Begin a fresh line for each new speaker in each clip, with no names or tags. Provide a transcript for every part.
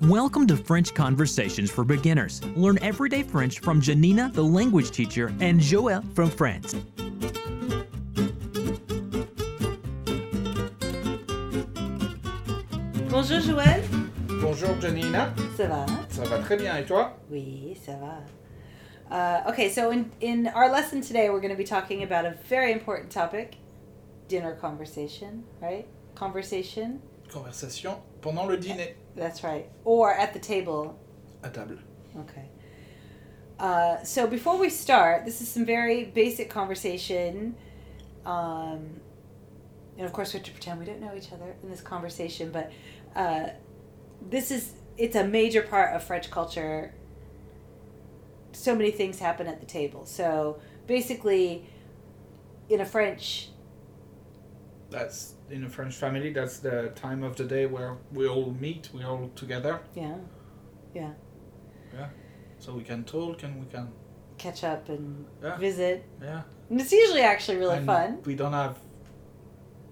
Welcome to French Conversations for Beginners. Learn everyday French from Janina, the language teacher, and Joël from France.
Bonjour Joël.
Bonjour Janina,
Ça va?
ça va très bien et toi
Oui, ça va. Uh, okay, so in, in our lesson today, we're going to be talking about a very important topic dinner conversation, right? Conversation,
Conversation pendant le dîner
that's right. Or at the table.
à table.
Okay. Uh, so before we start, this is some very basic conversation. Um, and of course, we have to pretend we don't know each other in this conversation, but uh, this is it's a major part of French culture. So many things happen at the table. So basically, in a French,
That's in a French family, that's the time of the day where we all meet, we all together,
yeah,
so we can talk and we can
catch up and
Yeah.
visit.
yeah.
And it's usually actually really
And
fun.
We don't have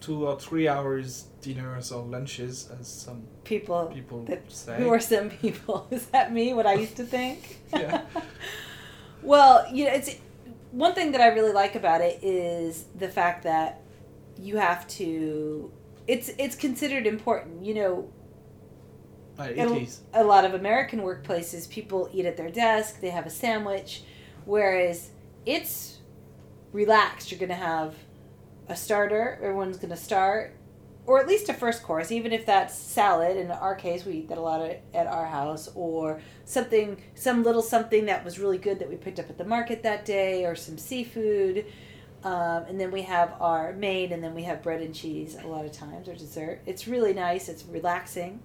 two or three hours dinners or lunches as some
People
people
That-
say.
Who are some people? Is that me? What I used to think?
Yeah.
well, you know, it's one thing that I really like about it is the fact that you have to. It's it's considered important. You know,
Uh, it
it'll-
is.
a lot of American workplaces, people eat at their desk. They have a sandwich, whereas it's relaxed. You're going to have a starter. Everyone's going to start. Or at least a first course, even if that's salad. In our case, we eat that a lot at- at our house, or something some little something that was really good that we picked up at the market that day or some seafood um, and then we have our main and then we have bread and cheese a lot of times or dessert it's really nice it's relaxing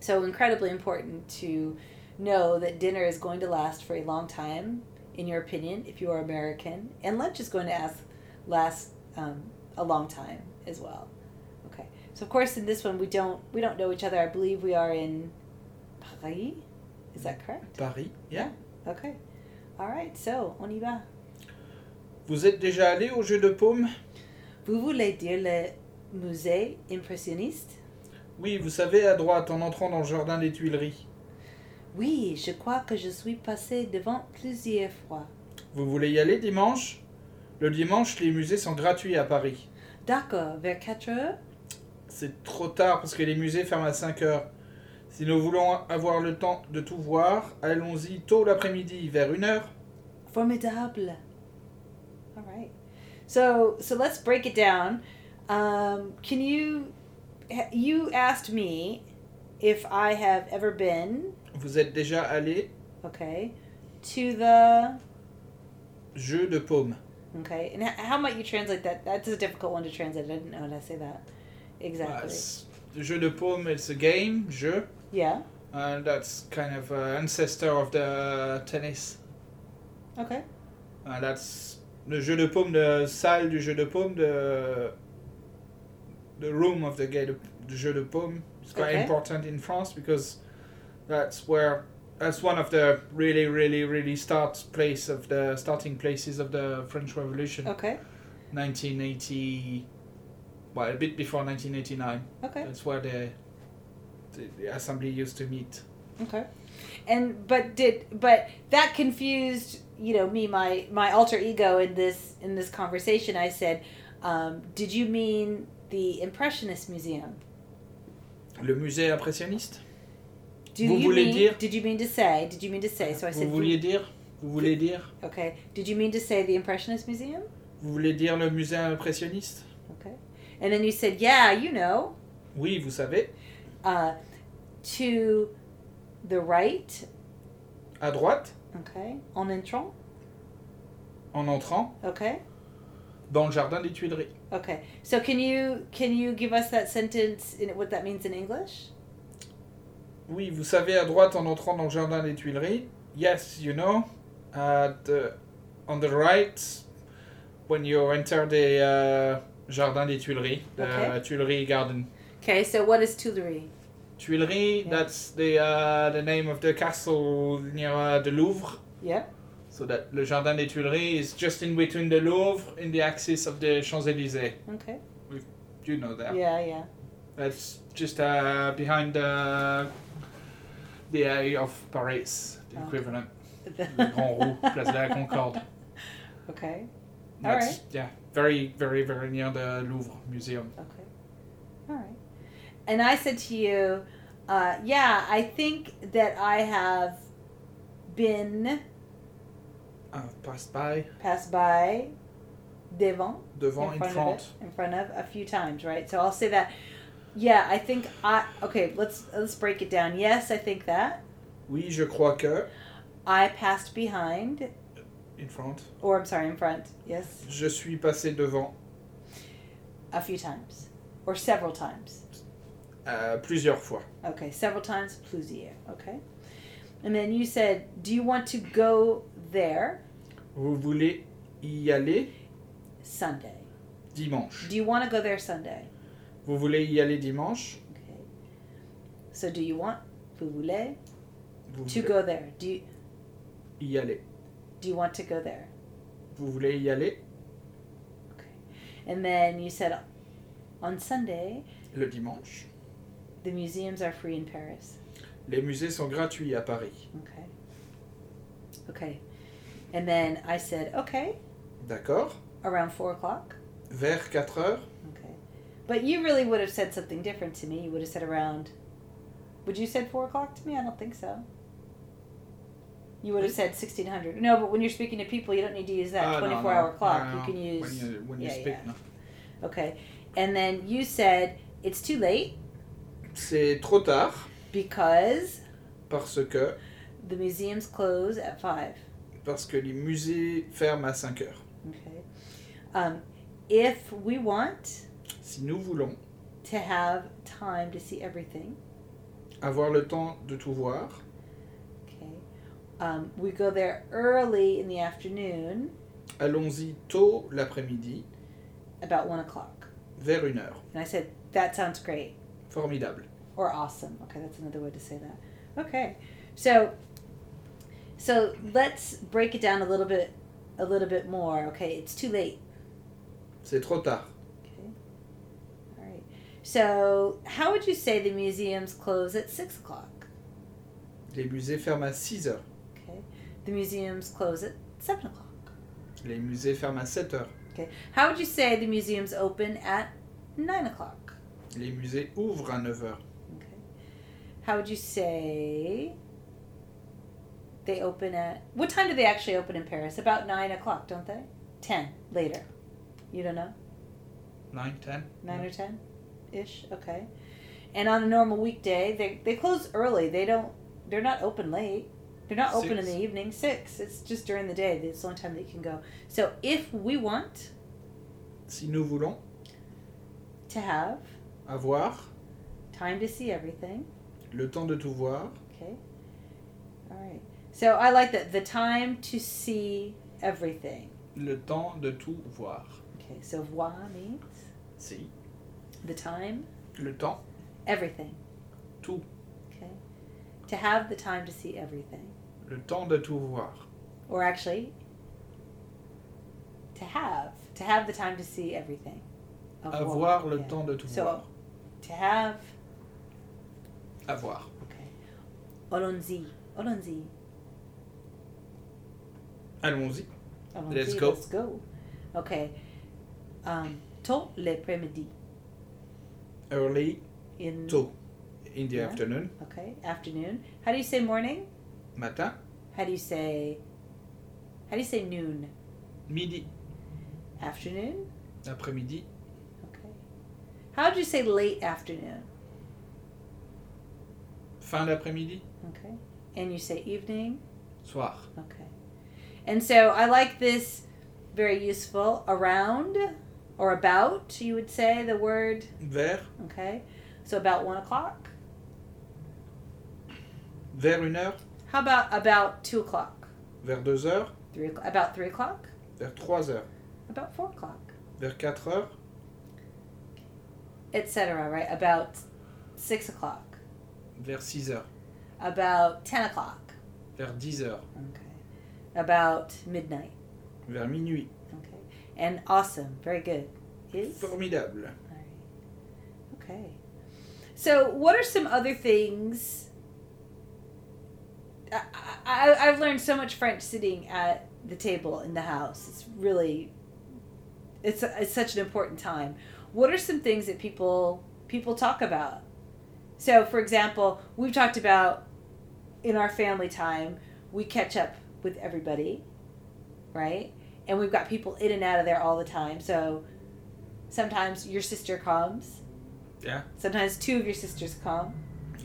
so incredibly important to know that dinner is going to last for a long time in your opinion if you are american and lunch is going to ask, last um, a long time as well okay so of course in this one we don't we don't know each other i believe we are in paris is that correct
Paris, yeah.
Okay. All right, so on y va.
Vous êtes déjà allé au jeu de paume
Vous voulez dire le musée impressionniste
Oui, vous savez, à droite, en entrant dans le jardin des Tuileries.
Oui, je crois que je suis passé devant plusieurs fois.
Vous voulez y aller dimanche Le dimanche, les musées sont gratuits à Paris.
D'accord, vers 4 heures
C'est trop tard parce que les musées ferment à 5 heures. Si nous voulons avoir le temps de tout voir, allons-y tôt l'après-midi, vers 1 heure.
Formidable. All right. So, so let's break it down. Um, can you you asked me if I have ever been,
Vous êtes déjà allé
okay, to the
jeu de paume.
Okay, and h- how might you translate that? That's a difficult one to translate. I didn't know how to say that. Exactly.
Uh, s- jeu de paume, it's a game, jeu.
Yeah.
And that's kind of uh, ancestor of the tennis.
Okay.
Uh, that's le jeu de paume, the salle du jeu de paume, the, the room of the game, the jeu de paume. It's quite
Okay.
important in France because that's where that's one of the really, really, really start place of the starting places of the French Revolution,
Okay.
1980. Well, a bit before 1989.
Okay.
That's where the, the, the assembly used to meet.
Okay. And but did but that confused you know me my my alter ego in this in this conversation. I said, um, did you mean the Impressionist Museum?
Le musée impressionniste.
Do
Vous
you
voulez
mean?
dire-
Did you mean to say? Did you mean to say? So I
Vous
said.
vouliez dire Vous voulez dire
okay. Did you mean to say the Impressionist Museum?
Vous voulez dire le musée impressionniste
Okay. And then you said, yeah, you know.
Oui, vous savez.
uh, to the right,
À droite,
okay, en entrant,
en entrant
okay,
dans le jardin des Tuileries.
okay. So can you can you give us that sentence in what that means in English?
Oui, vous savez, à droite, en entrant dans le jardin des Tuileries. Yes, you know. At the- on the right, when you enter the uh, jardin des Tuileries, the
Okay.
Tuileries garden.
Okay, so what is Tuileries?
Tuileries,
Yeah.
that's the uh, the name of the castle near uh, the Louvre.
Yeah.
So that le jardin des Tuileries is just in between the Louvre and the axis of the Champs Elysees.
Okay.
You know that.
Yeah, yeah.
That's just uh, behind the the Eye of Paris, the
Oh.
equivalent. Le Grand Roux, Place de la Concorde.
Okay. All
That's, Yeah, very, very, very near the Louvre Museum.
Okay. All right. And I said to you, uh, yeah, I think that I have been
I've passed Ah, by
passed by devant,
devant
in
in
front of it, eh?
front.
in front of a few times, right? So I'll say that. Yeah, I think I okay. Let's let's break it down. Yes, I think that
Oui, je crois que.
I passed behind,
In front.
or I'm sorry, in front. Yes,
Je suis passé devant
a few times, or several times.
euh, plusieurs fois.
Okay, several times plusieurs. Okay. And then you said, Do you want to go there
Vous voulez y aller
Sunday?
dimanche.
Do you want to go there Sunday?
Vous voulez y aller dimanche
Okay. So, do you want, vous voulez,
Vous
to
voulez
go there? Do you,
y aller.
do you want to go there?
Vous voulez y aller
And then you said, On Sunday,
le dimanche.
the museums are free in Paris.
Les musées sont gratuits à Paris.
Okay. Okay. And then I said, Okay,
D'accord
around four o'clock.
Vers 4 heures
Okay. But you really would have said something different to me. You would have said around. Would you said four o'clock to me? I don't think so. You would have said sixteen hundred. No, but when you're speaking to people, you don't need to use that
Ah, non,
twenty-four
non.
hour clock.
Ah,
you
non.
can use.
When you, when you
yeah,
speak,
yeah.
non.
Okay, and then you said it's too late
C'est trop tard
because
parce que
the museums close at five.
parce que les musées ferment à 5 heures.
Okay, um, if we want
Si nous voulons
to have time to see everything,
avoir le temps de tout voir,
okay, um, we go there early in the afternoon.
allons-y tôt l'après-midi,
about one o'clock.
vers 1 heure.
And I said, that sounds great
Formidable.
or awesome. Okay, that's another way to say that. Okay. So so let's break it down a little bit a little bit more. Okay, it's too late.
C'est trop tard.
Okay. All right. So how would you say the museums close at six o'clock?
Les musées ferment à 6 heures.
Okay. The museums close at seven o'clock.
Les musées ferment à 7 heures.
Okay. How would you say the museums open at nine o'clock?
Les musées ouvrent à 9 heures.
Okay. How would you say they open at what time do they actually open in Paris? About nine o'clock, don't they? Ten later. You don't know?
9, 10
Nine or ten ish? Okay. And on a normal weekday they, they close early. They don't they're not open late. They're not open in
Six.
the evening. Six. It's just during the day. It's the only time that you can go. So if we want
Si nous voulons
to have
avoir
time to see everything,
le temps de tout voir,
Okay. All right. So I like that the time to see everything.
le temps de tout voir.
Okay. So voir means
Si.
the time,
Le temps,
everything.
tout.
Okay. To have the time to see everything,
Le temps de tout voir.
or actually, to have to have the time to see everything.
Avoir le
yeah.
temps de tout
So-
voir.
To have.
Avoir.
Okay. Olonzi. Olonzi.
Allons-y.
Allons-y,
Let's go.
Let's go. Okay. Um, tôt l'après-midi.
Early,
In
tôt. In the
Yeah.
afternoon,
Okay, afternoon. How do you say morning?
matin,
How do you say How do you say noon?
midi,
Afternoon?
après-midi,
Okay. How would you say late afternoon?
fin d'après-midi,
Okay. And you say evening?
soir.
Okay. And so I like this very useful around or about, you would say the word,
Vers,
okay? So about one o'clock.
vers une heure,
How about about two o'clock?
vers deux heures,
Three o'clock, about three o'clock?
vers trois heures,
About four o'clock?
vers quatre heures,
Etc. Right? About six o'clock.
vers six heures,
about 10 o'clock.
vers dix heures,
Okay. About midnight.
vers minuit.
Okay. And awesome. Very good. Is? All
Formidable.
right. Okay. So, what are some other things I, I, I've learned so much French sitting at the table in the house. It's really, it's, it's such an important time. What are some things that people people talk about? So, for example, we've talked about in our family time, we catch up with everybody, right? And we've got people in and out of there all the time. So sometimes your sister comes.
Yeah.
Sometimes two of your sisters come.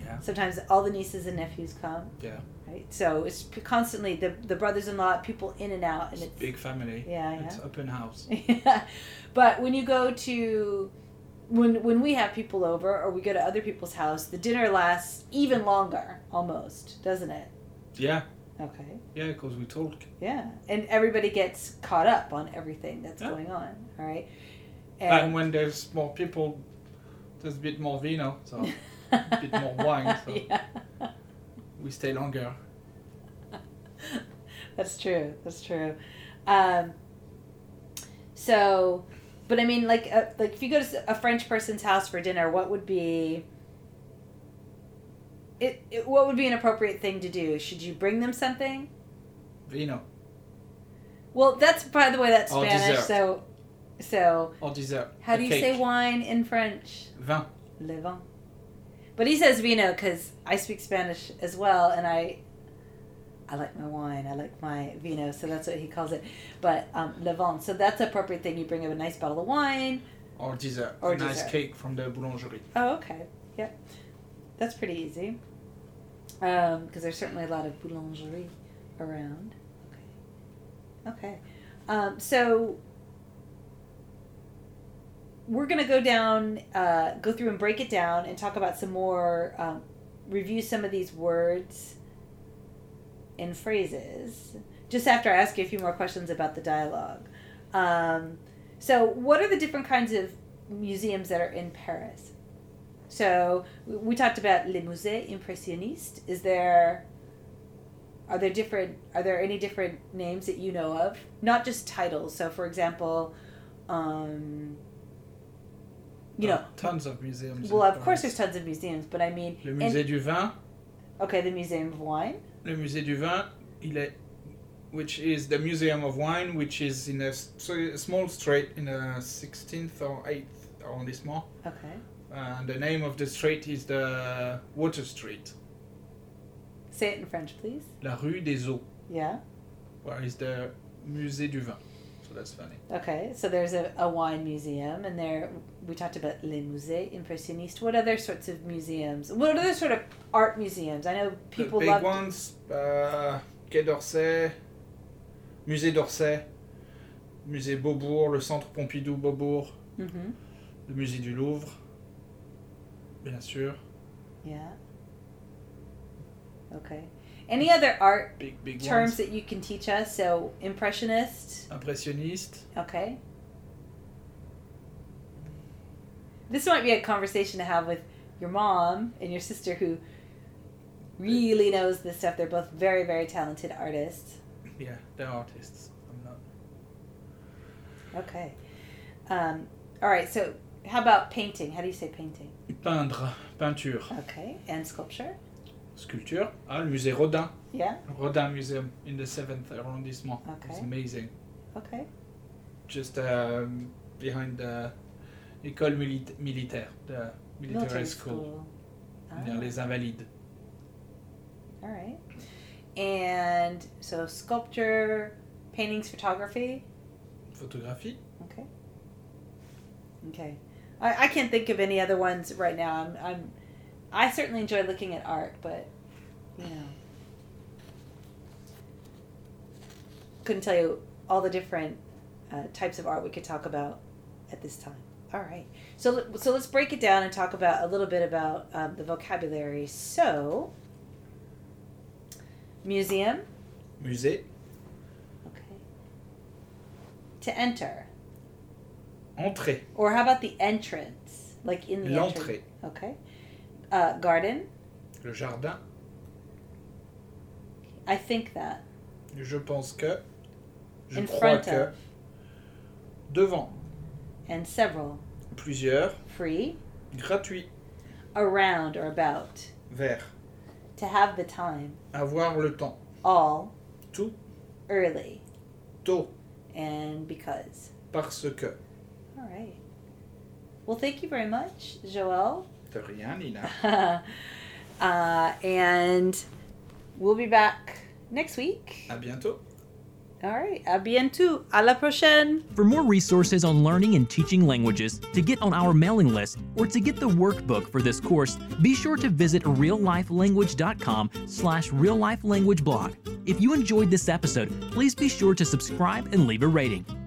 Yeah.
Sometimes all the nieces and nephews come.
Yeah.
Right. So it's p- constantly the the brothers-in-law, people in and out, and
It's a
it's
big family.
yeah, yeah.
It's open house.
Yeah. But when you go to when when we have people over or we go to other people's house, the dinner lasts even longer almost, doesn't it?
Yeah.
Okay.
Yeah, because we talk.
Yeah. And everybody gets caught up on everything that's
Yeah.
going on, all right?
And
And
when there's more people, there's a bit more vino, so
a
bit more wine, so-
yeah.
we stay longer.
That's true. That's true. Um, so, but I mean, like, uh, like if you go to s- a French person's house for dinner, what would be it, it? What would be an appropriate thing to do? Should you bring them something?
Vino
Well, that's by the way, that's
Or
Spanish.
Oh, dessert.
So, so
or dessert.
how
a
do you
cake.
say wine in French?
Vin.
Le vin. But he says vino because I speak Spanish as well, and I, I like my wine. I like my vino, so that's what he calls it. But um, le vin. So that's the appropriate thing. You bring up a nice bottle of wine.
Or dessert.
Or
a nice
dessert.
cake from the boulangerie.
Oh, okay. Yep. That's pretty easy. Because there's certainly a lot of boulangerie around. Okay. Okay. Um, so we're going to go down, uh, go through and break it down and talk about some more, um, review some of these words and phrases just after I ask you a few more questions about the dialogue. Um, so, what are the different kinds of museums that are in Paris? So we- we talked about les musées impressionnistes. Is there are there different are there any different names that you know of? Not just titles. So for example, um, you
There
know,
are Oh, tons of museums.
well
in
of course
Paris.
there's tons of museums, but I mean,
Le
and-
musée du vin.
okay, the Museum of Wine.
Le musée du vin, il est, which is the museum of wine, which is in a, st- small street in the 16th or 8th arrondissement. Uh,
Okay,
And the name of the street is the Water Street,
say it in French, please.
la rue des eaux,
Yeah.
where is the musée du vin. So that's funny.
Okay, so there's a, a wine museum, and there we talked about Les Musées Impressionnistes. What other sorts of museums? What other sort of art museums? I know people
the
love.
big ones, uh, Quai d'Orsay, musée d'Orsay, musée Beaubourg, le centre Pompidou Beaubourg,
hmm
le musée du Louvre, bien sûr.
Yeah. Okay. Any other art
Big, big
terms
ones.
that you can teach us? So impressionist.
Impressionniste.
Okay. This might be a conversation to have with your mom and your sister, who really knows this stuff. They're both very, very talented artists.
Yeah, they're artists. I'm not.
Okay. Um, all right. So, how about painting? How do you say painting?
Peindre, peinture,
Okay. And sculpture.
sculpture. Ah, le musée Rodin.
Yeah.
Rodin Museum in the 7th arrondissement. It's
Okay.
amazing.
Okay.
Just um, behind the école milita- militaire, the military, school, near
Ah.
Les Invalides.
All right. And so sculpture, paintings, photography.
Photographie.
Okay. Okay. I, I can't think of any other ones right now. I'm, I'm I certainly enjoy looking at art, but you know. Couldn't tell you all the different uh, types of art we could talk about at this time. All right. So let- so let's break it down and talk about a little bit about um, the vocabulary. So museum,
Musée.
okay. To enter.
Entrée.
Or how about the entrance? Like in the entrance.
L'entrée.
Okay. Uh, garden.
Le jardin.
I think that.
Je pense que. Je
In
crois
front
que. Devant.
And several.
Plusieurs.
Free.
Gratuit.
Around or about.
Vert.
to have the time,
Avoir le temps.
all,
Tout.
early,
Tôt.
and because.
Parce que.
All right. Well, thank you very much, Joel.
De rien, Nina.
uh, and we'll be back next week.
À bientôt. Uh,
All right. A bientôt. À la prochaine.
For more resources on learning and teaching languages, to get on our mailing list, or to get the workbook for this course, be sure to visit reallifelanguage.com slash reallifelanguageblog. If you enjoyed this episode, please be sure to subscribe and leave a rating.